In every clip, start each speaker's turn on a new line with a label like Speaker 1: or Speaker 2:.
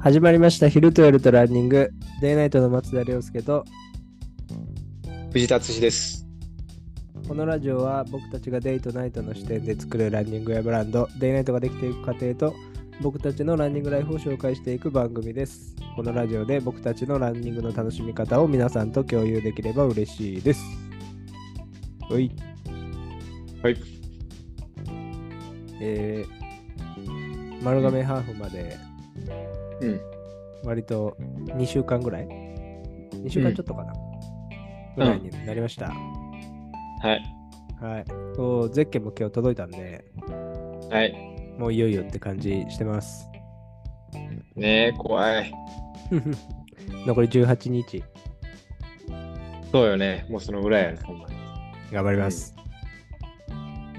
Speaker 1: 始まりました昼と夜とランニングデイナイトの松田涼介と
Speaker 2: 藤田敦です。
Speaker 1: このラジオは僕たちがデイとナイトの視点で作るランニングやブランドデイナイトができていく過程と僕たちのランニングライフを紹介していく番組ですこのラジオで僕たちのランニングの楽しみ方を皆さんと共有できれば嬉しいですおい
Speaker 2: はい
Speaker 1: えー、丸亀ハーフまで
Speaker 2: うん。
Speaker 1: 割と2週間ぐらい ?2 週間ちょっとかな、ぐらいになりました。
Speaker 2: はい。
Speaker 1: はい。そう、ゼッケンも今日届いたんで、
Speaker 2: はい。
Speaker 1: もういよいよって感じしてます。
Speaker 2: ねえ、怖い。
Speaker 1: 残り18日、
Speaker 2: そうよね。もうそのぐらいやね、ほんまに。
Speaker 1: 頑張ります。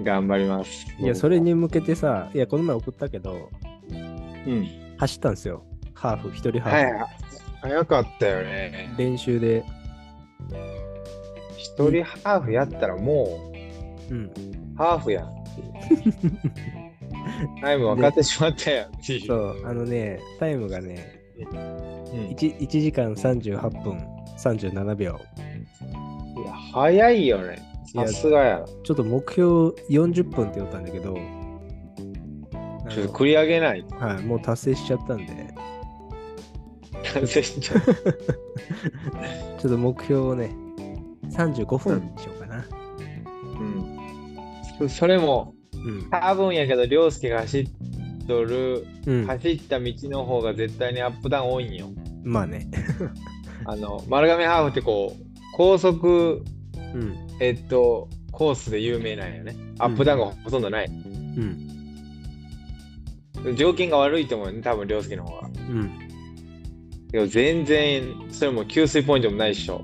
Speaker 2: 頑張ります。
Speaker 1: いや、それ。に向けてさ、いや、この前送ったけど、
Speaker 2: うん。
Speaker 1: 走ったんですよ。ハーフ、一人ハーフ。
Speaker 2: はい。早かったよね。
Speaker 1: 練習で、
Speaker 2: 一人ハーフやったらも
Speaker 1: うん。
Speaker 2: う、ハーフやんっていう。タイム分かってしまった やんっていう。
Speaker 1: そう、あのね、タイムがね、
Speaker 2: うん。い
Speaker 1: 1, 1時間38分37秒。
Speaker 2: や、早いよね。
Speaker 1: いや
Speaker 2: さすがやな。
Speaker 1: ちょっと目標40分って言ったんだけど、あ
Speaker 2: ちょっ
Speaker 1: の
Speaker 2: と繰り上げないと。
Speaker 1: はい、もう達成しちゃったんで、
Speaker 2: 完成しちゃう
Speaker 1: ちょっと目標をね、35分にしようかな。
Speaker 2: うん。それも、
Speaker 1: うん。
Speaker 2: 多分やけど、涼介が走っとる
Speaker 1: うん。
Speaker 2: 走った道の方が絶対にアップダウン多いんよ。
Speaker 1: まあね。
Speaker 2: あの丸亀ハーフってこう高速、
Speaker 1: うん。
Speaker 2: えっと、コースで有名なんよね。アップダウンがほとんどない。
Speaker 1: うん。
Speaker 2: 条件が悪いと思うよね、多分涼介の方が。
Speaker 1: うん。
Speaker 2: でも全然、それも給水ポイントもないっしょ。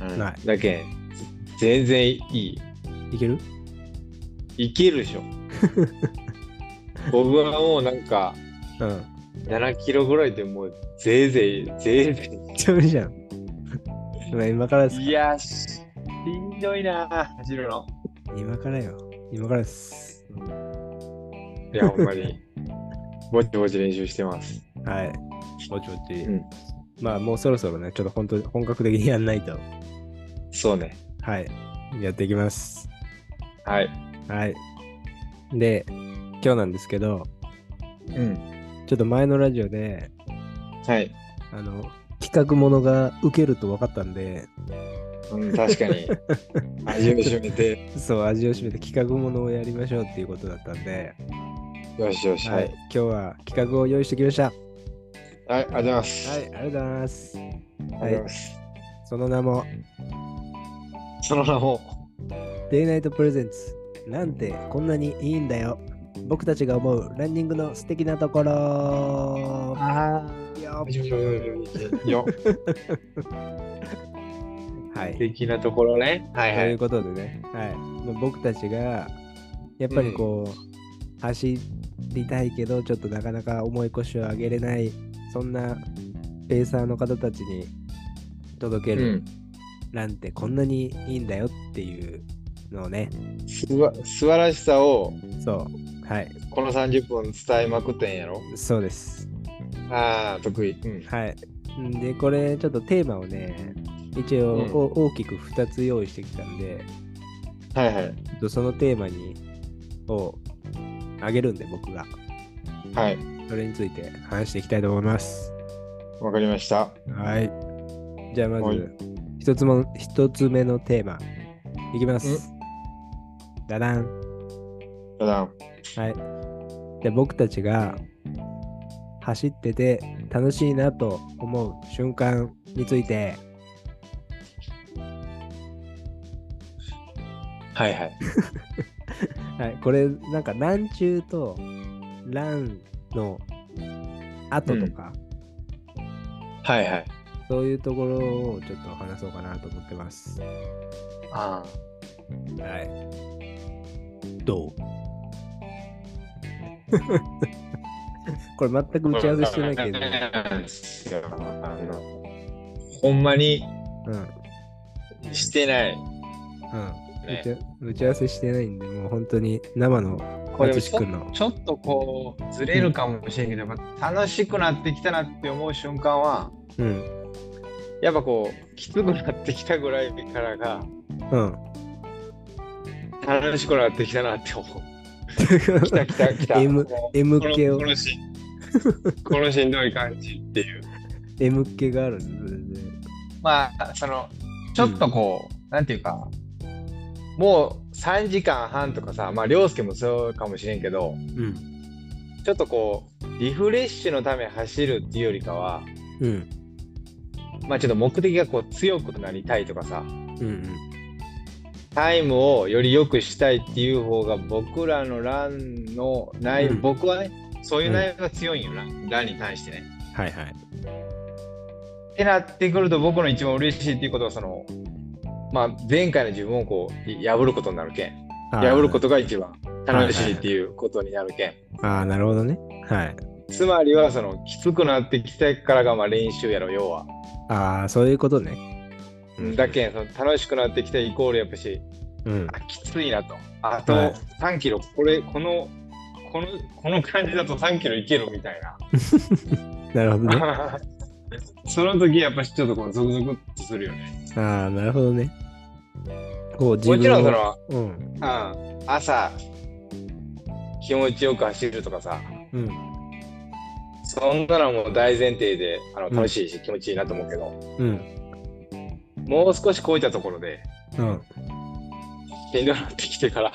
Speaker 1: うん。
Speaker 2: うん
Speaker 1: ない
Speaker 2: だけん、全然いい。
Speaker 1: いける
Speaker 2: いける でしょ。僕はもうなんか
Speaker 1: うん。
Speaker 2: 7キロぐらいでもうぜいぜい、ぜいぜ
Speaker 1: めっちゃ無理じゃん。今今からです
Speaker 2: い。
Speaker 1: か
Speaker 2: いや、しんどいなぁ、走るの。
Speaker 1: 今からよ。今からです。
Speaker 2: いや、ほんまに。ぼちぼち練習してます。
Speaker 1: はい。ぼちぼち。
Speaker 2: うん
Speaker 1: まあもうそろそろね、ちょっと本当に本格的にやんないと。
Speaker 2: そうね。
Speaker 1: はい。やっていきます。
Speaker 2: はい。
Speaker 1: はい。で、今日なんですけど、
Speaker 2: うん。
Speaker 1: ちょっと前のラジオで、
Speaker 2: はい。
Speaker 1: あの、企画ものが受けると分かったんで、
Speaker 2: うん、確か に。味を占めて。
Speaker 1: そう、味を占めて企画ものをやりましょうっていうことだったんで、
Speaker 2: よしよし。
Speaker 1: は、
Speaker 2: はいい。
Speaker 1: 今日は企画を用意してきました。は
Speaker 2: はい、ありがとうございます。
Speaker 1: い、ありがとうございます。
Speaker 2: ありがとうございます。
Speaker 1: その名も、
Speaker 2: その名も、
Speaker 1: デイナイトプレゼンツ。なんてこんなにいいんだよ。僕たちが思うランニングの素敵なところ。
Speaker 2: あ
Speaker 1: いいよ
Speaker 2: よしよしよしよし よ。
Speaker 1: はい。と。
Speaker 2: 的なところね。はいはいいう
Speaker 1: ことでね、はい、もう僕たちがやっぱりこう、走りたいけど、ちょっとなかなか重い腰を上げれない、そんなペーサーの方たちに届け
Speaker 2: う
Speaker 1: る、
Speaker 2: ん。
Speaker 1: なんてこんなにいいんだよっていうのをね、
Speaker 2: すば素晴らしさを、
Speaker 1: そう、はい、
Speaker 2: この30分伝えまくってんやろ。
Speaker 1: そうです。
Speaker 2: ああ、得意。うん。
Speaker 1: はい。んで、これちょっとテーマをね、一応、
Speaker 2: うん
Speaker 1: お大きく2つ用意してきたんで、
Speaker 2: はいはい。
Speaker 1: ちょっとそのテーマにをあげるんで、僕が。
Speaker 2: はい。
Speaker 1: それについて話していきたいと思います。
Speaker 2: わかりました。
Speaker 1: はい。じゃあま
Speaker 2: はい
Speaker 1: ず、一つも、一つ目のテーマ、いきます。ダダン。
Speaker 2: ただ、
Speaker 1: はい。で、僕たちが走ってて楽しいなと思う瞬間について、
Speaker 2: はいはい。
Speaker 1: はい、これ、なんか、ラン中と、ランの後とか、
Speaker 2: はいはい。
Speaker 1: そういうところをちょっと話そうかなと思ってます。は
Speaker 2: ああ。
Speaker 1: い。どう これ全く打ち合わせしてないけど、
Speaker 2: あのほんまに
Speaker 1: うん、うん
Speaker 2: してない。
Speaker 1: 打ち合。打ち合わせしてないんで、もう本当に生の
Speaker 2: これで
Speaker 1: 淳
Speaker 2: もちょ
Speaker 1: 君の
Speaker 2: ちょっとこうずれるかもしれんけど、やっぱ楽しくなってきたなって思う瞬間は
Speaker 1: うん
Speaker 2: やっぱこうきつくなってきたぐらいからが
Speaker 1: うん
Speaker 2: 楽しくなってきたなって思う。きたきたきた。
Speaker 1: M
Speaker 2: こ
Speaker 1: M
Speaker 2: の
Speaker 1: 系を
Speaker 2: このしこのしんどい感じっていう。
Speaker 1: M 系があるんです全然
Speaker 2: まあそのちょっとこう、なんていうかもう3時間半とかさまあ涼介もそうかもしれんけど
Speaker 1: うん
Speaker 2: ちょっとこうリフレッシュのため走るっていうよりかは
Speaker 1: うん
Speaker 2: まあちょっと目的がこう強くなりたいとかさ
Speaker 1: うん
Speaker 2: タイムをより良くしたいっていう方が僕らのランの内容、
Speaker 1: うん
Speaker 2: 僕はねそういう内容が強いんよな、ランに対してね。
Speaker 1: はいはい
Speaker 2: ってなってくると僕の一番嬉しいっていうことはその、まあ、前回の自分をこうい破ることになるけん破ることが一番楽しいっていうことになるけん、
Speaker 1: あーあーなるほどねはい
Speaker 2: つまりはそのきつくなってきたからがまあ練習やろ要は。
Speaker 1: ああそういうことねうん
Speaker 2: だけんその楽しくなってきたイコールやっぱし
Speaker 1: うん
Speaker 2: あきついなと。あと
Speaker 1: はい
Speaker 2: 3キロ、これ、この、この、この感じだと3キロいけるみたい
Speaker 1: なるほど ね
Speaker 2: な。 その時やっぱちょっとこう、ゾクゾクっとするよね。
Speaker 1: ああなるほどねこう自
Speaker 2: も
Speaker 1: 分
Speaker 2: ちろんそ
Speaker 1: を
Speaker 2: の、
Speaker 1: うん
Speaker 2: うん、朝、気持ちよく走るとかさ、
Speaker 1: うん
Speaker 2: そんなのも大前提であの
Speaker 1: うん
Speaker 2: 楽しいし、気持ちいいなと思うけど、
Speaker 1: うん
Speaker 2: もう少し超えたところで、
Speaker 1: うん
Speaker 2: しんどくなってきて から。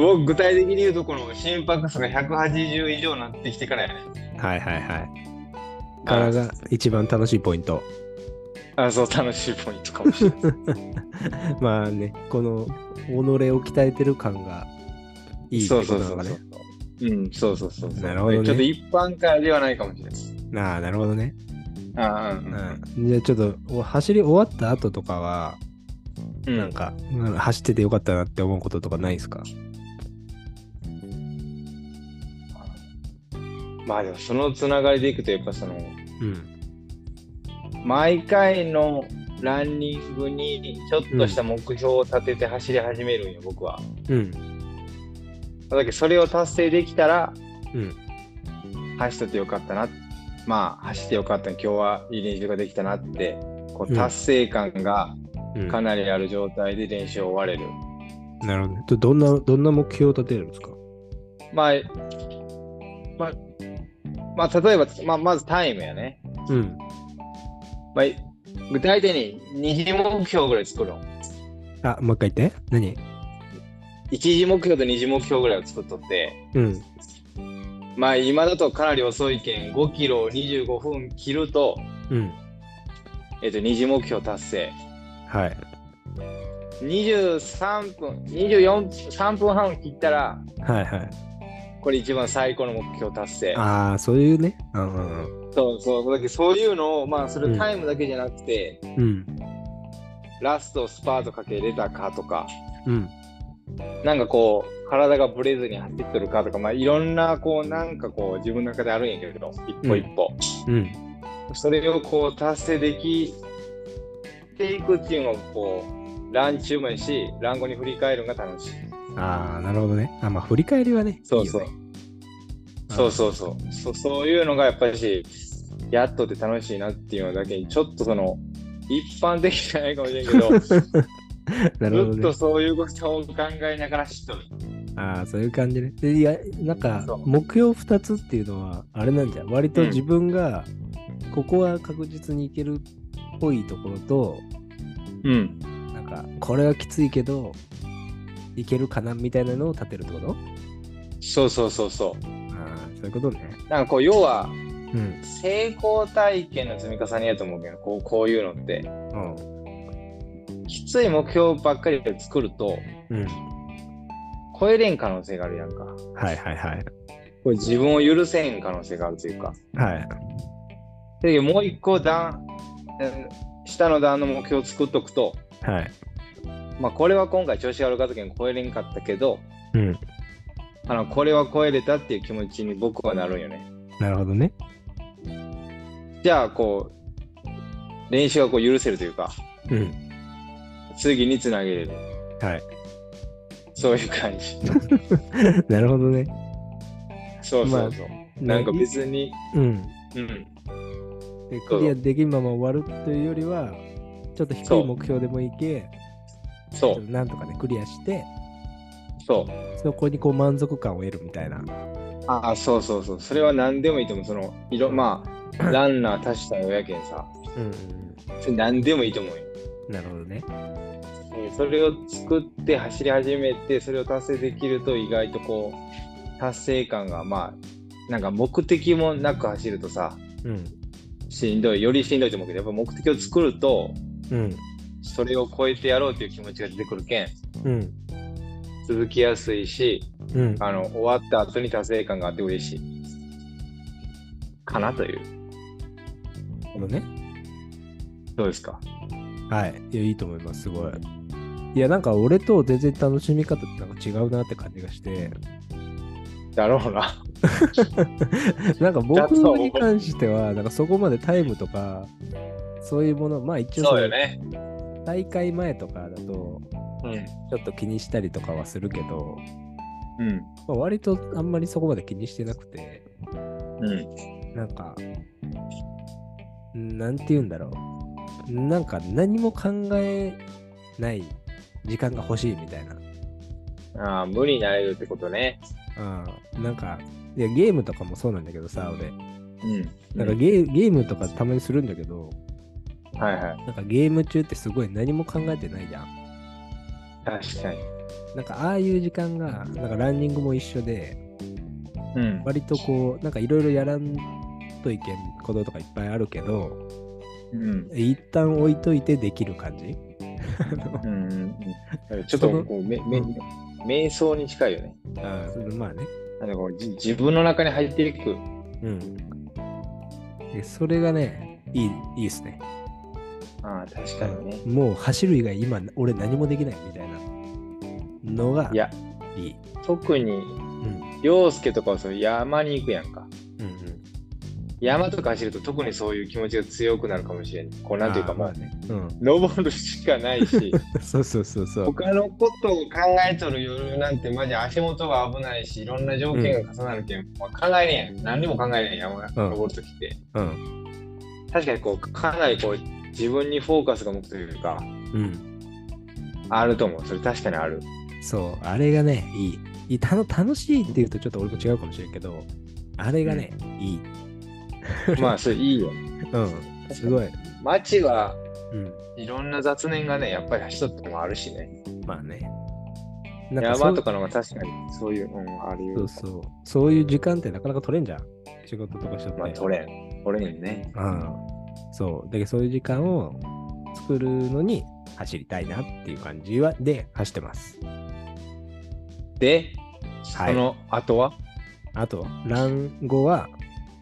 Speaker 2: 僕具体的に言うとこの心拍数が180以上になってきてからやね。
Speaker 1: はいはいはいからが一番楽しいポイント
Speaker 2: あそう楽しいポイントかもしれない。
Speaker 1: まあねこの己を鍛えてる感が いいって
Speaker 2: そう
Speaker 1: こと
Speaker 2: そう
Speaker 1: な
Speaker 2: そ
Speaker 1: のか
Speaker 2: うそう
Speaker 1: ね。
Speaker 2: うん、そうそうそうそう。
Speaker 1: なるほどね
Speaker 2: ちょっと一般からではないかもしれないです。
Speaker 1: ああなるほどね、
Speaker 2: ああ、う
Speaker 1: うんん、じゃあちょっとお走り終わった後とかは
Speaker 2: うん。
Speaker 1: なんか、うん走っててよかったなって思うこととかないですか
Speaker 2: まあでもそのつながりでいくと、やっぱその、
Speaker 1: うん
Speaker 2: 毎回のランニングにちょっとした目標を立てて走り始めるんよ、僕は。
Speaker 1: うん
Speaker 2: だけどそれを達成できたら、
Speaker 1: うん
Speaker 2: 走っててよかったな。まあ、走ってよかったな、今日はいい練習ができたなって、こ
Speaker 1: う
Speaker 2: うん達成感が
Speaker 1: うん
Speaker 2: かなりある状態で練習を終われる。
Speaker 1: なるほどねどどんなどんな目標を立てるんですか
Speaker 2: まあ、まあ、まあ、例えば、まあ、まずタイムやね。
Speaker 1: うん
Speaker 2: まあ、具体的に二次目標ぐらい作ろう。
Speaker 1: あもう一回言って何
Speaker 2: 一次目標と二次目標ぐらいを作っとって、
Speaker 1: うん
Speaker 2: まあ今だとかなり遅いけん、5キロを25分切ると、
Speaker 1: うん
Speaker 2: えっと、二次目標達成。
Speaker 1: はい
Speaker 2: 23分、24、3分半を切ったら、
Speaker 1: はいはい
Speaker 2: これ一番最高の目標達成。
Speaker 1: ああそういうねうんうん
Speaker 2: そうそう。だけどそういうのを、まあそれタイムだけじゃなくて、
Speaker 1: うん
Speaker 2: ラストスパートかけれたかとか、
Speaker 1: うん
Speaker 2: なんかこう、体がブレずに走ってるかとか、まあ、いろんな、こう、なんかこう、自分の中であるんやけど、一歩一歩。
Speaker 1: うん
Speaker 2: それをこう、達成できていくっていうのを、こう、ラン中もやし、ラン後に振り返るのが楽しい。
Speaker 1: ああなるほどねあまあ振り返りはね
Speaker 2: そうそう。
Speaker 1: いいよね
Speaker 2: そうそうそう。そそういうのがやっぱりし、やっとって楽しいなっていうのだけに、ちょっとその、一般的じゃないかもしれんけど、ず
Speaker 1: なるほ
Speaker 2: っ
Speaker 1: ど
Speaker 2: と
Speaker 1: ね
Speaker 2: そういうことを考えながら知っとる。
Speaker 1: ああそういう感じねでいやなんか
Speaker 2: そう
Speaker 1: 目標2つっていうのはあれなんじゃん割と自分がここは確実にいけるっぽいところと
Speaker 2: うん。
Speaker 1: なんかこれはきついけどいけるかなみたいなのを立てるってこと
Speaker 2: そうそうそうそ
Speaker 1: ああそういうことね
Speaker 2: う。なんかこう、要は、
Speaker 1: うん
Speaker 2: 成功体験の積み重ねやと思うけどこうこういうのって
Speaker 1: うん
Speaker 2: きつい目標ばっかりで作ると
Speaker 1: うん
Speaker 2: 超えれん可能性があるやんか
Speaker 1: はいはいはい
Speaker 2: これ自分を許せん可能性があるというか
Speaker 1: はい
Speaker 2: でもう一個段うん下の段の目標を作っとくと
Speaker 1: はい
Speaker 2: まあこれは今回調子が悪かったけど超えれんかったけど
Speaker 1: うん
Speaker 2: あのこれは超えれたっていう気持ちに僕はなるんよね
Speaker 1: なるほどね
Speaker 2: じゃあこう練習がこう許せるというか
Speaker 1: うん
Speaker 2: 次につなげれる
Speaker 1: はい
Speaker 2: そういう感じ。
Speaker 1: なるほどね。
Speaker 2: そうそうそう。なんか別に、
Speaker 1: うん。
Speaker 2: うん。
Speaker 1: でクリアできんまま終わるというよりは、ちょっと低い目標でもいいけ、ちょ
Speaker 2: そ
Speaker 1: っとなんとかね、クリアして、
Speaker 2: う、そう。
Speaker 1: そこにこう満足感を得るみたいな。
Speaker 2: ああ、そうそうそう。それは何でもいいと思う。その、いろ、まあ、ランナー足したよやけんさ。
Speaker 1: うん、
Speaker 2: それ何でもいいと思うよ。
Speaker 1: なるほどね。
Speaker 2: うんそれを作って走り始めて、それを達成できると意外とこう、達成感がまあ、なんか目的もなく走るとさ、
Speaker 1: うん。
Speaker 2: しんどい、よりしんどいと思うけど、やっぱ目的を作ると、
Speaker 1: うん。
Speaker 2: それを超えてやろうっていう気持ちが出てくるけん、
Speaker 1: うん。
Speaker 2: 続きやすいし、
Speaker 1: うん。
Speaker 2: あの、終わった後に達成感があって嬉しい。かなという。
Speaker 1: なるほどね。
Speaker 2: どうですか
Speaker 1: はい。いや、いいと思います。すごい。いや、なんか俺と全然楽しみ方ってなんか違うなって感じがして、
Speaker 2: だろうな。
Speaker 1: なんか僕に関しては、なんかそこまでタイムとか、そういうもの、まあ一応その
Speaker 2: そうよね。
Speaker 1: 大会前とかだと、ちょっと気にしたりとかはするけど、
Speaker 2: うん。
Speaker 1: まあ、割とあんまりそこまで気にしてなくて、
Speaker 2: うん。うん。
Speaker 1: なんか、なんて言うんだろう。なんか何も考えない時間が欲しいみたいな。
Speaker 2: ああ、無になれるってことね。
Speaker 1: うん、なんかいや、ゲームとかもそうなんだけどさ、俺。
Speaker 2: うん。
Speaker 1: なんかゲーゲームとかたまにするんだけど、
Speaker 2: はいはい。
Speaker 1: なんかゲーム中ってすごい何も考えてないじゃん。
Speaker 2: 確かに。
Speaker 1: なんかああいう時間が、なんかランニングも一緒で、
Speaker 2: うん。
Speaker 1: 割とこう、なんかいろいろやらんといけんこととかいっぱいあるけど、
Speaker 2: うん。
Speaker 1: 一旦置いといてできる感じ
Speaker 2: うんうんちょっとこうめめ瞑想に近いよね。
Speaker 1: あそれまあね。
Speaker 2: なんかこうじ自分の中に入っていく。
Speaker 1: うん。でそれがね、いい、いいっすね。
Speaker 2: ああ、確かにね。
Speaker 1: もう走る以外今俺何もできないみたいなのが
Speaker 2: いや、
Speaker 1: いい。
Speaker 2: 特に、
Speaker 1: うん。
Speaker 2: 陽介とかはそう山に行くやんか。
Speaker 1: うん
Speaker 2: 山とか走ると特にそういう気持ちが強くなるかもしれん。こう、なんていうか、
Speaker 1: あーま
Speaker 2: も
Speaker 1: あ
Speaker 2: う、
Speaker 1: ね。うん。
Speaker 2: 登るしかないし、
Speaker 1: そうそうそうそう。
Speaker 2: 他のことを考えとる夜なんて、マジ足元が危ないし、いろんな条件が重なるけん、まあ考えれんやん。何にも考えれんやん、山登るときって。
Speaker 1: うん。
Speaker 2: 確かにこうかなりこう自分にフォーカスが向くというか
Speaker 1: うん。
Speaker 2: あると思うそれ確か にある
Speaker 1: そう。あれがね、いい。いいたの楽しいって言うとちょっと俺も違うかもしれんけど、あれがね、いい。
Speaker 2: まあそれいいよ
Speaker 1: うん。すごい。
Speaker 2: 街は
Speaker 1: うん。
Speaker 2: いろんな雑念がねやっぱり走っとってもあるしね
Speaker 1: まあね。なそう
Speaker 2: 山とかの方が確かにそういう、うん、ある
Speaker 1: そ
Speaker 2: よ
Speaker 1: うそう。そういう時間ってなかなか取れんじゃん。仕事とかしちゃって。
Speaker 2: まあ取れん取れんね
Speaker 1: うん。そう。だけどそういう時間を作るのに走りたいなっていう感じはで走ってます。
Speaker 2: でそ
Speaker 1: はい
Speaker 2: の後は、
Speaker 1: あと、ラン後は、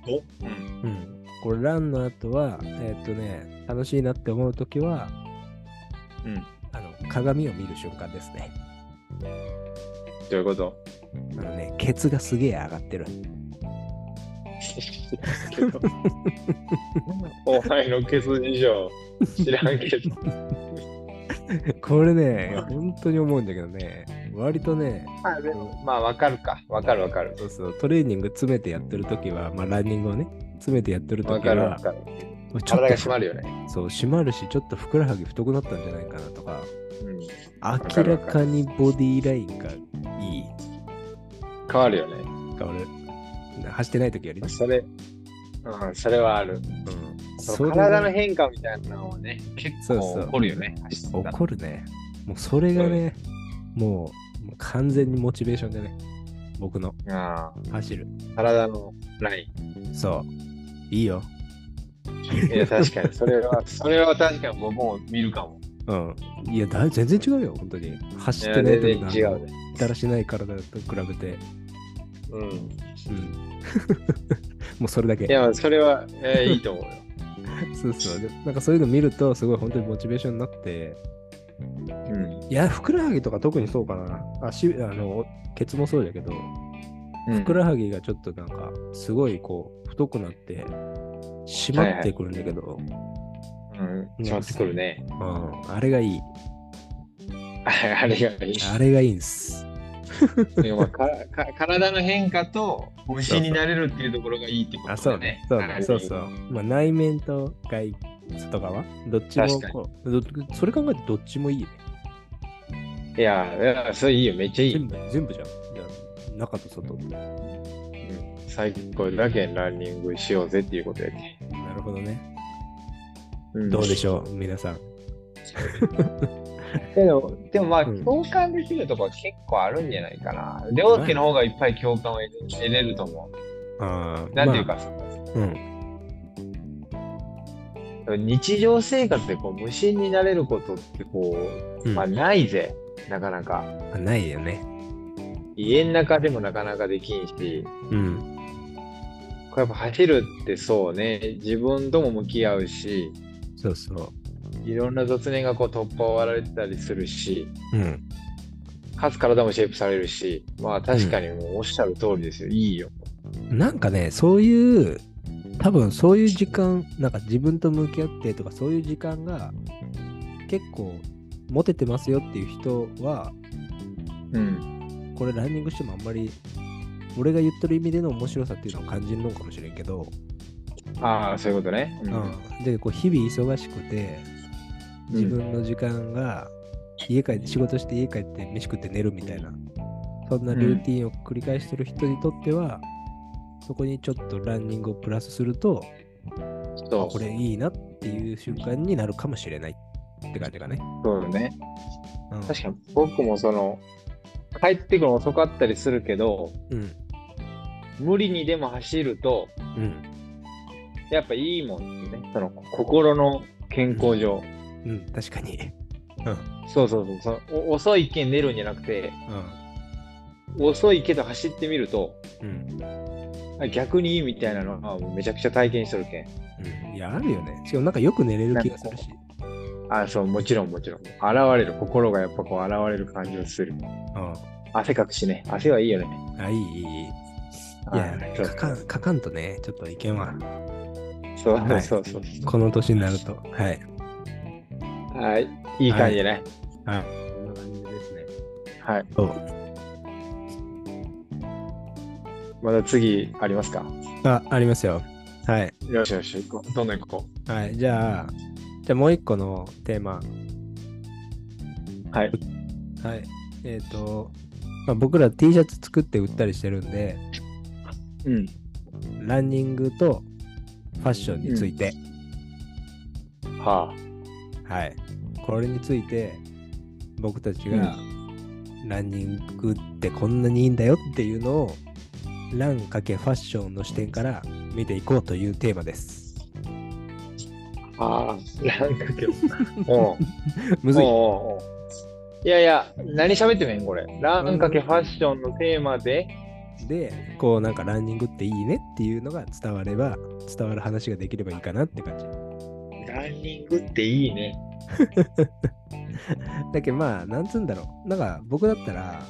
Speaker 2: おうん
Speaker 1: うん。これランの後は、えーっとね、楽しいなって思うときは、
Speaker 2: うん
Speaker 1: あの、鏡を見る瞬間ですね。
Speaker 2: どういうこと
Speaker 1: あのね、ケツがすげえ上がって る。
Speaker 2: お前のケツ事情知らんけど
Speaker 1: これね、本当に思うんだけどね、割とね、
Speaker 2: あでもまあわかるかわかるわかる
Speaker 1: そうそう、トレーニング詰めてやってるときは、まあ、ランニングをね、詰めてやってると
Speaker 2: わ
Speaker 1: き
Speaker 2: かるわ
Speaker 1: は、
Speaker 2: かる
Speaker 1: ちょっ
Speaker 2: 体
Speaker 1: と
Speaker 2: が締まるよね、
Speaker 1: そう、締まるし、ちょっとふくらはぎ太くなったんじゃないかなとか、
Speaker 2: うん、
Speaker 1: 明らかにボディラインがいい。
Speaker 2: 変わるよね
Speaker 1: 変わる。走ってないときよりね。
Speaker 2: それ、うん、それはある。
Speaker 1: うん。
Speaker 2: そ
Speaker 1: それ
Speaker 2: の
Speaker 1: が
Speaker 2: 体の変化みたいなのをね、結
Speaker 1: そう
Speaker 2: 構
Speaker 1: そう
Speaker 2: 起こるよね。
Speaker 1: 起こるね。もうそれがね、もうもう完全にモチベーションでね、僕の
Speaker 2: あ
Speaker 1: 走る。
Speaker 2: ー体のライ
Speaker 1: そう。いいよ。
Speaker 2: ン。いや、確かに、それは、 それは確かに僕も見るかも。
Speaker 1: うん。いや、だ全然違うよ、本当に。
Speaker 2: い
Speaker 1: 走って
Speaker 2: や
Speaker 1: ない
Speaker 2: 全
Speaker 1: と
Speaker 2: 然
Speaker 1: きの
Speaker 2: 違うね。
Speaker 1: だらしない体と比べて、
Speaker 2: うん。い
Speaker 1: うん。 もうそれだけ。
Speaker 2: や、それは、えーいいと思うよ。
Speaker 1: そうそう。でなんかそういうの見ると、すごい本当にモチベーションになって、
Speaker 2: うん。
Speaker 1: いや、ふくらはぎとか特にそうかな。あしあのケツもそうだけど、ふくらはぎがちょっとなんか、すごいこう、太くなって、締まってくるんだけど、
Speaker 2: うん。しまってくるね。
Speaker 1: うん、あれがいい。
Speaker 2: あれがいい。
Speaker 1: あれがいいんす。
Speaker 2: いやまあか か体の変化と虫になれるっていうところがいいってこと
Speaker 1: あ、
Speaker 2: だ
Speaker 1: そう
Speaker 2: よね。
Speaker 1: ね。。そうね。そうそうう。まあ、内面と外、外側。どっちもこうど。それ考えてどっちもいいよね。
Speaker 2: いや、いやそれいいよ、めっちゃいいよ
Speaker 1: 全。部、全部じゃん。いや中と外。な
Speaker 2: 最高だけんランニングしようぜっていうことやけん。
Speaker 1: るほどね。
Speaker 2: うん
Speaker 1: どうでしょう、皆さん。
Speaker 2: けど、でもまあ、
Speaker 1: うん
Speaker 2: 共感できるとこは結構あるんじゃないかな。両家の方がいっぱい共感を得れると思
Speaker 1: あ
Speaker 2: う。
Speaker 1: あ。
Speaker 2: なんていうか、
Speaker 1: まあ。うん。
Speaker 2: 日常生活でこう無心になれることってこう、
Speaker 1: うん
Speaker 2: まあ、ないぜ、なかなか。
Speaker 1: あないよね。
Speaker 2: 家の中でもなかなかできんし、
Speaker 1: うん。
Speaker 2: これやっぱ走るってそうね、自分とも向き合うし、
Speaker 1: そうそう。
Speaker 2: いろんな雑念がこう突破を割られてたりするし、
Speaker 1: うん。
Speaker 2: かつ体もシェイプされるし、まあ確かにもうおっしゃる通りですよ、いいよ。
Speaker 1: なんかね、そういう、多分そういう時間、なんか自分と向き合ってとか、そういう時間が結構モテてますよっていう人は、
Speaker 2: うん。
Speaker 1: これランニングしてもあんまり俺が言ってる意味での面白さっていうのを感じるのかもしれんけど、
Speaker 2: ああ、そういうことね。う
Speaker 1: うん、でこう日々忙しくて
Speaker 2: うん
Speaker 1: 自分の時間が家帰って仕事して家帰って飯食って寝るみたいなそんなルーティンを繰り返してる人にとっては、そこにちょっとランニングをプラスすると
Speaker 2: そう
Speaker 1: これいいなっていう瞬間になるかもしれないって感じがね、
Speaker 2: そうよね。
Speaker 1: うん、
Speaker 2: 確かに僕もその、帰ってくるの遅かったりするけど、
Speaker 1: うん
Speaker 2: 無理にでも走ると、
Speaker 1: うん
Speaker 2: やっぱいいもんね。その心の健康上。
Speaker 1: うん確かにうん
Speaker 2: そうそうそうそうお遅いけん出るんじゃなくて、遅いけど走ってみると、
Speaker 1: うんうん
Speaker 2: 逆にいいみたいなのがもうめちゃくちゃ体験してるけん。
Speaker 1: うんいや、あるよね。しかもなんかよく寝れる気がするし。
Speaker 2: あそう、もちろんもちろん。現れる、心がやっぱこう現れる感じがする。
Speaker 1: う
Speaker 2: 汗かくしね、汗はいいよね。
Speaker 1: ん。あ、いい、いい、いい。いや
Speaker 2: は、
Speaker 1: かかん、かかんとね、ちょっといけんわ。
Speaker 2: そう
Speaker 1: はい
Speaker 2: そうそうそう。
Speaker 1: この年になると。はい。
Speaker 2: はい、いい感じね。
Speaker 1: はい。
Speaker 2: こんな感じですね。はい、
Speaker 1: そう。
Speaker 2: まだ次ありますか
Speaker 1: あ、ありますよ。はい。
Speaker 2: よしよし、行こうどんどん行こ
Speaker 1: はい。じゃあ、じゃあもう一個のテーマ。
Speaker 2: う。はい。
Speaker 1: はい。えっ、と、まあ、僕ら T シャツ作って売ったりしてるんで、
Speaker 2: うん。
Speaker 1: ランニングとファッションについて。
Speaker 2: は
Speaker 1: はい。これについて、僕たちが、ランニングってこんなにいいんだよっていうのを、ランかけファッションの視点から見ていこうというテーマです。
Speaker 2: あ。はあ。なんか けど。おう
Speaker 1: むずい。
Speaker 2: おうおうおういやいや、何喋ってもいいんこれ。ランかけファッションのテーマで、
Speaker 1: で、こうなんかランニングっていいねっていうのが伝われば、伝わる話ができればいいかなって感じ。
Speaker 2: ランニングっていいね。
Speaker 1: だけどまあ、なんつうんだろう。なんか僕だったら、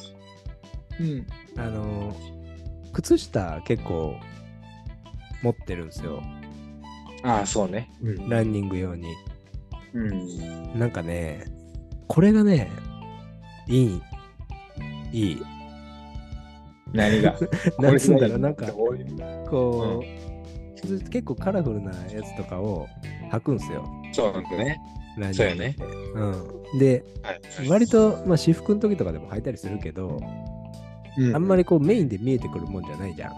Speaker 2: うん。
Speaker 1: あの、靴下結構持ってるんですよ。
Speaker 2: ああ、そうね。うん。
Speaker 1: ランニング用に。
Speaker 2: うん。
Speaker 1: なんかね、これがね、いい、い い。
Speaker 2: 何 が
Speaker 1: なんつうんだろう、なんか、
Speaker 2: これがいい
Speaker 1: こう、結構カラフルなやつとかを履くんすよ、
Speaker 2: そうなんだね。
Speaker 1: ランニング
Speaker 2: そうよね
Speaker 1: ってうん。で、
Speaker 2: はい。
Speaker 1: 割と、まあ、私服の時とかでも履いたりするけど、あんま
Speaker 2: り。
Speaker 1: りこうメインで見えてくるもんじゃないじゃん。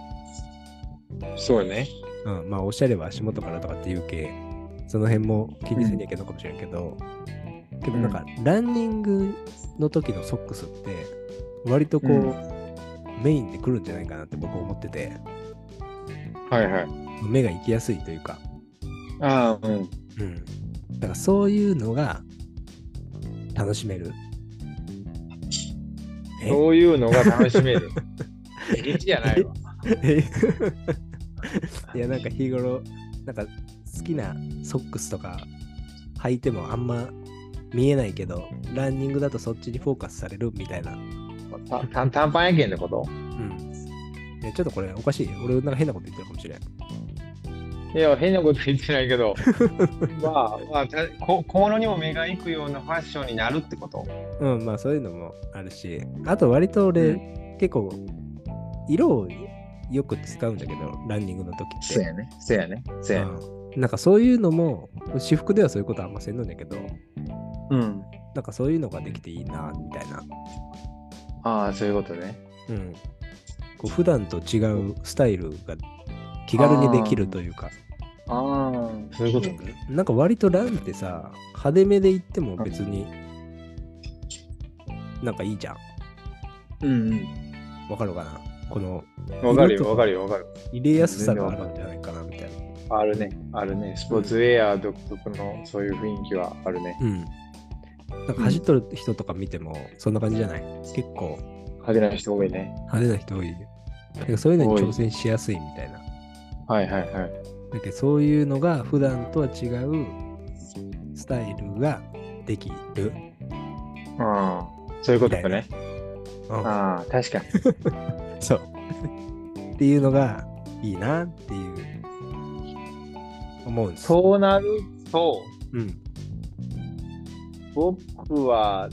Speaker 2: そうよね。
Speaker 1: うん、まあ、おしゃれは足元からとかっていうけ、その辺も気にせなきゃいけんのかもしれんけど、けどなんか、ランニングの時のソックスって、割とこう、
Speaker 2: うん
Speaker 1: メインで来るんじゃないかなって僕思ってて、
Speaker 2: はいはい。
Speaker 1: 目が行きやすいというか、
Speaker 2: ああ、うん。
Speaker 1: うん。だからそういうのが楽しめる。え
Speaker 2: そういうのが楽しめ る。えじゃないわ。
Speaker 1: いや、なんか日頃、なんか好きなソックスとか履いてもあんま見えないけど、ランニングだとそっちにフォーカスされるみたいな。
Speaker 2: たた短パンやけんってこと
Speaker 1: うん。いやちょっとこれおかしい。俺なんか変なこと言ってるかもしれん。
Speaker 2: いいや、変なこと言ってないけ ど、まあ、まあ、たこ小物にも目が行くようなファッションになるってこと。
Speaker 1: うん、まあそういうのもあるし、あと割と俺、
Speaker 2: う
Speaker 1: 結構、色をよく使うんだけど、ランニングの時って。
Speaker 2: やね。せやね。せやね。
Speaker 1: うんなんかそういうのも、私服ではそういうことあんませんのんだけど、
Speaker 2: うん。
Speaker 1: なんかそういうのができていいな、みたいな。
Speaker 2: ああ、そういうことね。
Speaker 1: うん。こう普段と違うスタイルが気軽にできるというか、
Speaker 2: ああ、そういうことね。
Speaker 1: なんか割とランってさ、派手めで言っても別に、なんかいいじゃん。
Speaker 2: うん
Speaker 1: わかるかなこの
Speaker 2: うん。わかるよ、わかるよ、わかる。
Speaker 1: 入れやすさがあるんじゃないかな、みたいな。
Speaker 2: あるね、あるね。スポーツウェア独特のそういう雰囲気はあるね。
Speaker 1: うん。なんか走っとる人とか見ても、そんな感じじゃない結構
Speaker 2: 派手な人多いね。
Speaker 1: 派手な人多い。なんかそういうのに挑戦しやすいみたいな。
Speaker 2: はいはいはい。
Speaker 1: だけどそういうのが普段とは違うスタイルができる。
Speaker 2: うん。そういうことだね。
Speaker 1: うん
Speaker 2: ああ、確かに。
Speaker 1: そう。っていうのがいいなっていう思うんです。
Speaker 2: そうなると、
Speaker 1: うん。
Speaker 2: 僕は、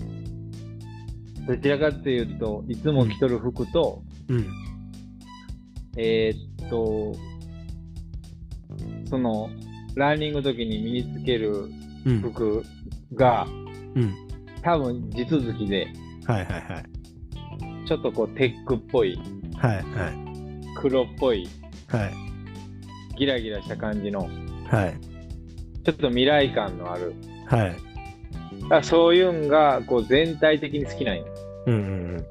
Speaker 2: どちらかっていうと、いつも着とる服と、
Speaker 1: うん。
Speaker 2: えーっと、その、ランニングの時に身につける
Speaker 1: うん。
Speaker 2: 服が、
Speaker 1: うん。
Speaker 2: 多分地続きで、
Speaker 1: はいはいはい。
Speaker 2: ちょっとこう、テックっぽい、
Speaker 1: はいはい。
Speaker 2: 黒っぽい、
Speaker 1: はい。
Speaker 2: ギラギラした感じの、
Speaker 1: はい。
Speaker 2: ちょっと未来感のある。
Speaker 1: はい。
Speaker 2: だからそういうんが、こう、全体的に好きなんよ
Speaker 1: うん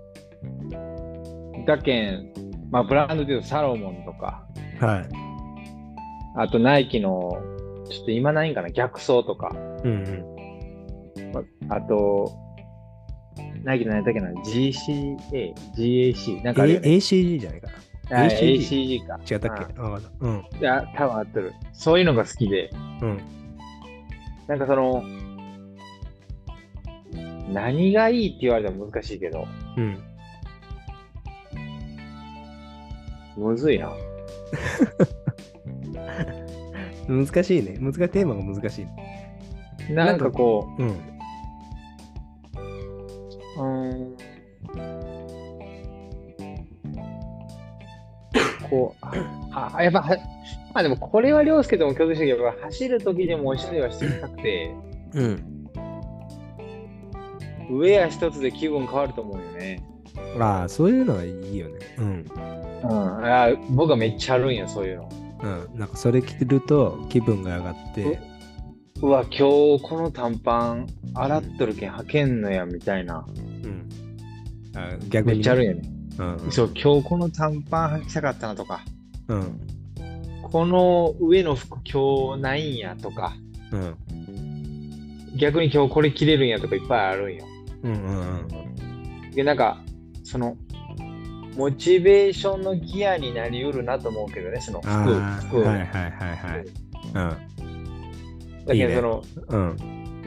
Speaker 1: うん
Speaker 2: だけん、まあ、ブランドで言うとサロモンとか、
Speaker 1: うん。はい。
Speaker 2: あとナイキの、ちょっと今ないんかな、逆走とか、
Speaker 1: うんうん。
Speaker 2: あと、ナイキの何だっけな、GCA、GAC、なんかあるよ、ね
Speaker 1: A- ACG じゃないかな。
Speaker 2: あ
Speaker 1: ACG
Speaker 2: ACG か。
Speaker 1: 違ったっけあうん。
Speaker 2: いや、多分合ってる。そういうのが好きで、
Speaker 1: うん。
Speaker 2: なんかその、何がいいって言われたら難しいけど、
Speaker 1: うん。
Speaker 2: むずいな。
Speaker 1: 難しいね。難しい。テーマが難しい。
Speaker 2: なんかこ
Speaker 1: うん。
Speaker 2: う、うーん。こう、あ、あやっぱは、まあでもこれは涼介とも共通してるけど、走る時でもおしゃれはしてみたくて、
Speaker 1: うん。
Speaker 2: ウェア一つで気分変わると思うよね。
Speaker 1: ああ、そういうのはいいよね。うん。
Speaker 2: うん、あ僕はめっちゃあるんよ、そういうの。
Speaker 1: うん。なんかそれ着ると気分が上がって。
Speaker 2: うわ、今日この短パン洗っとるけん履けんのや、みたいな。
Speaker 1: うん。あ逆に。
Speaker 2: めっちゃあるん
Speaker 1: や
Speaker 2: よね。
Speaker 1: うんうん。
Speaker 2: そう、今日この短パン履きたかったなとか、
Speaker 1: うん。
Speaker 2: この上の服今日ないんやとか、
Speaker 1: うん。
Speaker 2: 逆に今日これ着れるんやとかいっぱいあるんよ。
Speaker 1: うんうん
Speaker 2: で、なんか、その、モチベーションのギアになりうるなと思うけどね、その
Speaker 1: うん。
Speaker 2: 服、
Speaker 1: ああ、
Speaker 2: 服。
Speaker 1: はいはいはいはい。
Speaker 2: だ
Speaker 1: いい
Speaker 2: け
Speaker 1: ね
Speaker 2: ど、その、
Speaker 1: うん。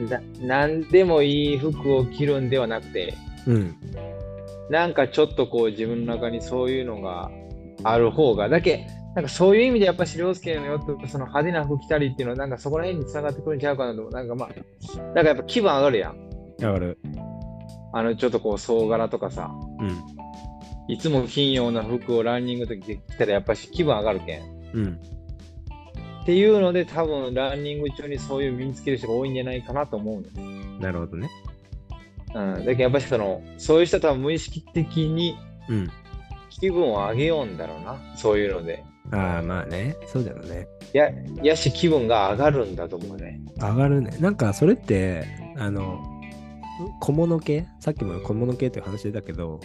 Speaker 1: うん。
Speaker 2: な何でもいい服を着るんではなくて、
Speaker 1: うん。
Speaker 2: なんかちょっとこう自分の中にそういうのがある方がだけなんかそういう意味でやっぱし涼介のよってその派手な服着たりっていうのはなんかそこら辺につながってくるんちゃうかなと思うなんかまあだからやっぱ気分上がるやん
Speaker 1: わかる。
Speaker 2: あのちょっとこう総柄とかさ
Speaker 1: うん。
Speaker 2: いつも金曜な服をランニングの時で着たらやっぱし気分上がるけん
Speaker 1: うん。
Speaker 2: っていうので多分ランニング中にそういう身につける人が多いんじゃないかなと思うのね
Speaker 1: なるほどね。
Speaker 2: うん、だけどやっぱしそのそういう人は多分無意識的に
Speaker 1: うん。
Speaker 2: 気分を上げようんだろうなそういうので
Speaker 1: ああ、まあね。そうだよね。
Speaker 2: ややし気分が上がるんだと思うね。
Speaker 1: 上がるね。なんかそれって、あの、小物系さっきも小物系っていう話出たけど、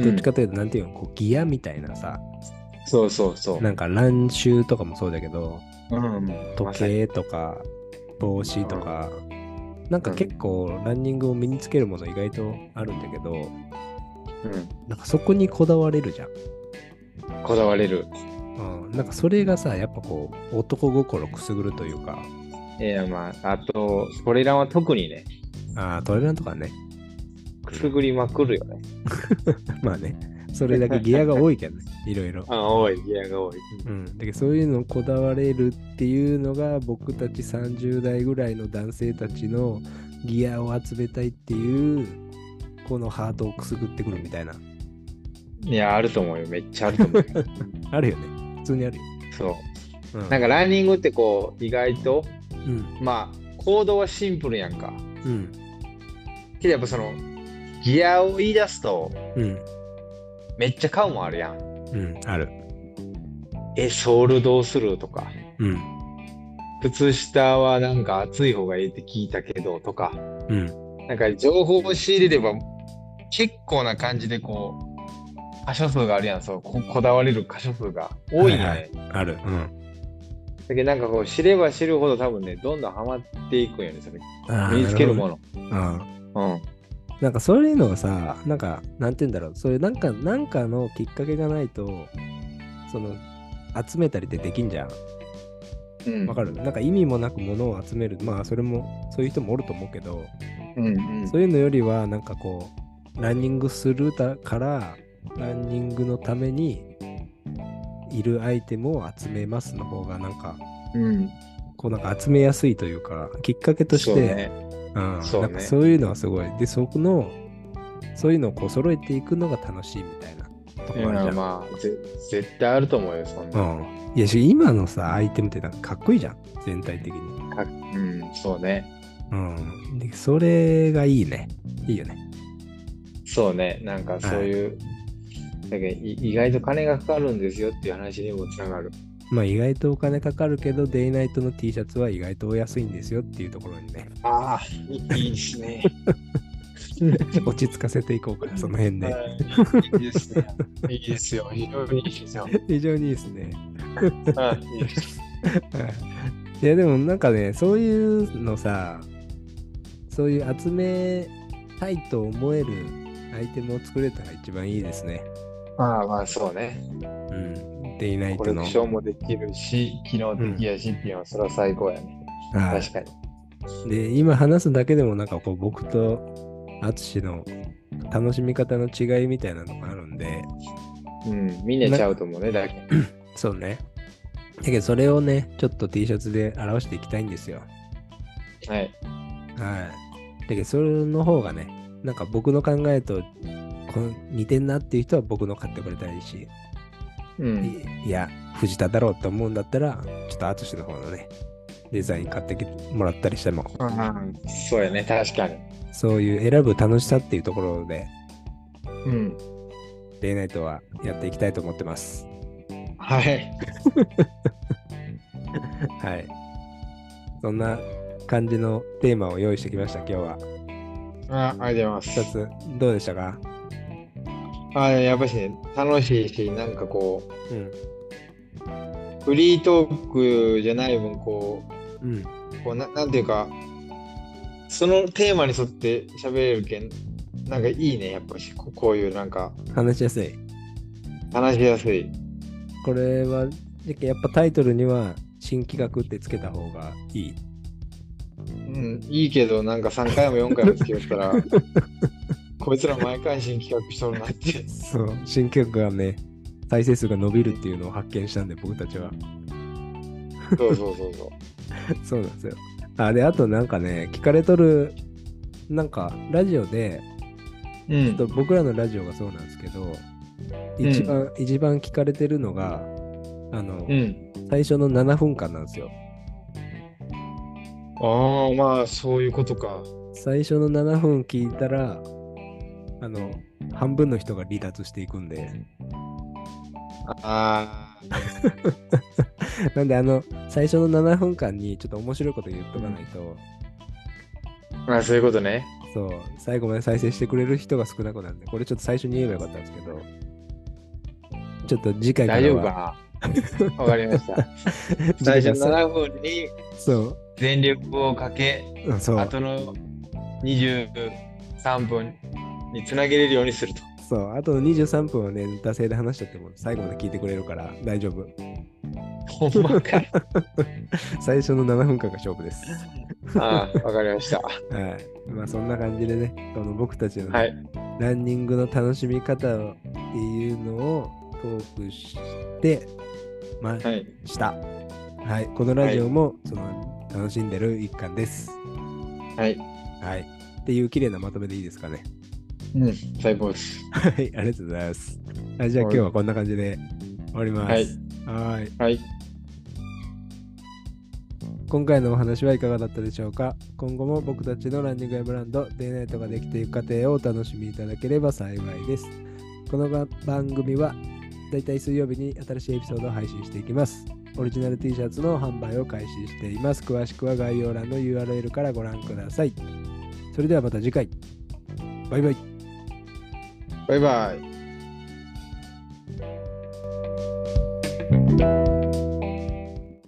Speaker 1: どっちかというと、なんていうの、こうギアみたいなさ、
Speaker 2: そうそうそう。
Speaker 1: なんか乱臭とかもそうだけど、
Speaker 2: うん、
Speaker 1: 時計とか、帽子とか、なんか結構ランニングを身につけるもの意外とあるんだけど、
Speaker 2: うん、
Speaker 1: なんかそこにこだわれるじゃん。
Speaker 2: こだわれる。
Speaker 1: うん、なんかそれがさ、やっぱこう、男心くすぐるというか、
Speaker 2: いやまあ、あと、これらは特にね、
Speaker 1: ああ、トレランとかね、
Speaker 2: くすぐりまくるよね。
Speaker 1: まあね、それだけギアが多いけ どね、いろいろ。
Speaker 2: あ多い、ギアが多い。
Speaker 1: うん、だけどそういうのこだわれるっていうのが僕たち30代ぐらいの男性たちのギアを集めたいっていうこのハートをくすぐってくるみたいない
Speaker 2: や、あると思うよ。めっちゃあると思うよ。
Speaker 1: あるよね普通にあるよ、
Speaker 2: そう。
Speaker 1: うん、
Speaker 2: なんかランニングってこう、意外と、
Speaker 1: うん
Speaker 2: まあ、行動はシンプルやんか。
Speaker 1: うん
Speaker 2: けどやっぱその、ギアを言い出すと、
Speaker 1: うん
Speaker 2: めっちゃ顔もあるやん。
Speaker 1: うんある
Speaker 2: え、ソールどうするとか、
Speaker 1: うん
Speaker 2: 靴下はなんか厚い方がいいって聞いたけどとか、
Speaker 1: うん
Speaker 2: なんか情報を仕入れれば、結構な感じでこう、箇所数があるやん、そうここだわれる箇所数が多いのね。
Speaker 1: はいあるうん
Speaker 2: だけどなんかこう知れば知るほど多分ね、どんどんハマっていくんよね、それ。
Speaker 1: あー
Speaker 2: 身につける
Speaker 1: な
Speaker 2: もの。
Speaker 1: るほどねうん
Speaker 2: うん。
Speaker 1: なんかそういうのがさ、なんか、なんて言うんだろう、そういうなんか、なんかのきっかけがないと、その、集めたりってできんじゃん。
Speaker 2: うん
Speaker 1: わかるなんか意味もなく物を集める。まあ、それも、そういう人もおると思うけど、
Speaker 2: うんうん
Speaker 1: そういうのよりは、なんかこう、ランニングするだから、ランニングのために、いるアイテムを集めますの方が、なんか、
Speaker 2: うん。
Speaker 1: こうなんか集めやすいというか、きっかけとし
Speaker 2: そう
Speaker 1: て、
Speaker 2: ね
Speaker 1: うん
Speaker 2: そうね
Speaker 1: なんかそういうのはすごい。で、そこの、そういうのをこう揃えていくのが楽しいみたいなとこ
Speaker 2: い
Speaker 1: ろあるじゃ
Speaker 2: や
Speaker 1: ん。
Speaker 2: まあ、ぜ絶対あると思うよ、そんな。
Speaker 1: うん。いや、し今のさ、アイテムってなんかかっこいいじゃん、全体的に。
Speaker 2: うん、そうね。
Speaker 1: うん。で、それがいいね。いいよね。
Speaker 2: そうね。なんかそういう、だけどい意外と金がかかるんですよっていう話にもつながる。
Speaker 1: まあ、意外とお金かかるけど、デイナイトの T シャツは意外とお安いんですよっていうところに ね、
Speaker 2: ああ、いいで すね。
Speaker 1: 落ち着かせていこうかな、その辺で。
Speaker 2: はいいいですね。いいですよ。非常にいいですよ。
Speaker 1: 非常にいいですね。
Speaker 2: うんいいで す
Speaker 1: はいいやでもなんかねそういうのさそういう集めたいと思えるアイテムを作れたら一番いいですね。
Speaker 2: まあまあ、そうね。
Speaker 1: うん。デイナイ
Speaker 2: コ
Speaker 1: ト
Speaker 2: レ
Speaker 1: の。
Speaker 2: クションもできるし、機能的やしっていうのは、それは最高やね。
Speaker 1: は
Speaker 2: 確かに。
Speaker 1: い、で今話すだけでもなんかこう僕と淳の楽しみ方の違いみたいなのがあるんで
Speaker 2: うん、みんなちゃうと思うね、だけ。
Speaker 1: そうね。だけどそれをねちょっと T シャツで表していきたいんですよ。
Speaker 2: はい。
Speaker 1: はい。だけど、それの方がね、なんか僕の考えとこの似てんなっていう人は僕の買ってくれたらいいし、
Speaker 2: うん。
Speaker 1: いいや、藤田だろうって思うんだったら、ちょっと淳の方のね、デザイン買ってきてもらったりしても、
Speaker 2: そうやね、確かに。
Speaker 1: そういう選ぶ楽しさっていうところで、
Speaker 2: うん。
Speaker 1: デイナイトはやっていきたいと思ってます。
Speaker 2: はい。
Speaker 1: はい。そんな感じのテーマを用意してきました、今日は。
Speaker 2: あありがとうござい
Speaker 1: 一
Speaker 2: ます。
Speaker 1: つ、どうでしたか
Speaker 2: あやっぱしね、楽しいし、なんかこ
Speaker 1: うん。
Speaker 2: う、フリートークじゃない分、こ
Speaker 1: うん。
Speaker 2: う、こうななんていうか、そのテーマに沿って喋れるけん、なんかいいね、やっぱし、ここういうなんか、
Speaker 1: 話しやすい。
Speaker 2: 話しやすい。
Speaker 1: これはじゃけやっぱタイトルには新企画ってつけた方がいい
Speaker 2: うん、いいけど、なんか3回も4回もつけよ ったら、こいつら毎回新企画しとるなって。
Speaker 1: そう新企画がね再生数が伸びるっていうのを発見したんで僕たちは
Speaker 2: そうそうそうそう。
Speaker 1: そうなんですよあであとなんかね聞かれとるなんかラジオで
Speaker 2: う
Speaker 1: ちょっと
Speaker 2: ん。
Speaker 1: 僕らのラジオがそうなんですけど一番、一番聞かれてるのがあの、
Speaker 2: うん。
Speaker 1: 最初の7分間なんですよ
Speaker 2: ああ、まあ、そういうことか。
Speaker 1: 最初の7分聞いたらあの半分の人が離脱していくんで
Speaker 2: ああ。
Speaker 1: なんであの最初の7分間にちょっと面白いこと言っとかないと、
Speaker 2: まあ、そういうことね。
Speaker 1: そう最後まで再生してくれる人が少なくなるんでこれちょっと最初に言えばよかったんですけどちょっと次回から
Speaker 2: 大
Speaker 1: は
Speaker 2: 丈夫かなわかりました。
Speaker 1: 次 回
Speaker 2: 最初
Speaker 1: から
Speaker 2: の7分に
Speaker 1: そう
Speaker 2: 全力をかけ、
Speaker 1: うんそ
Speaker 2: あ
Speaker 1: う
Speaker 2: との23分につなげれるようにすると。
Speaker 1: そうあとの23分はね惰性で話しちゃっても最後まで聞いてくれるから大丈夫
Speaker 2: ほんまかい。
Speaker 1: 最初の7分間が勝負です
Speaker 2: ああ、わかりました。
Speaker 1: はい。まあそんな感じでね、その僕たちのね、
Speaker 2: はい。
Speaker 1: ランニングの楽しみ方っていうのをトークしてま
Speaker 2: はい。
Speaker 1: した。はい。このラジオも、その楽しんでる一環です。
Speaker 2: はい。
Speaker 1: はい。っていう綺麗なまとめでいいですかね。
Speaker 2: うん。最高です。
Speaker 1: はい。ありがとうございます。はい、じゃあ今日はこんな感じで終わります。
Speaker 2: はい。
Speaker 1: はーい。
Speaker 2: はい。
Speaker 1: 今回のお話はいかがだったでしょうか今後も僕たちのランニングやブランド、デイナイトができていく過程をお楽しみいただければ幸いです。この番組はだいたい水曜日に新しいエピソードを配信していきます。オリジナル T シャツの販売を開始しています。詳しくは概要欄の URL からご覧ください。それではまた次回。バイバイ。
Speaker 2: バイバイ。
Speaker 1: 「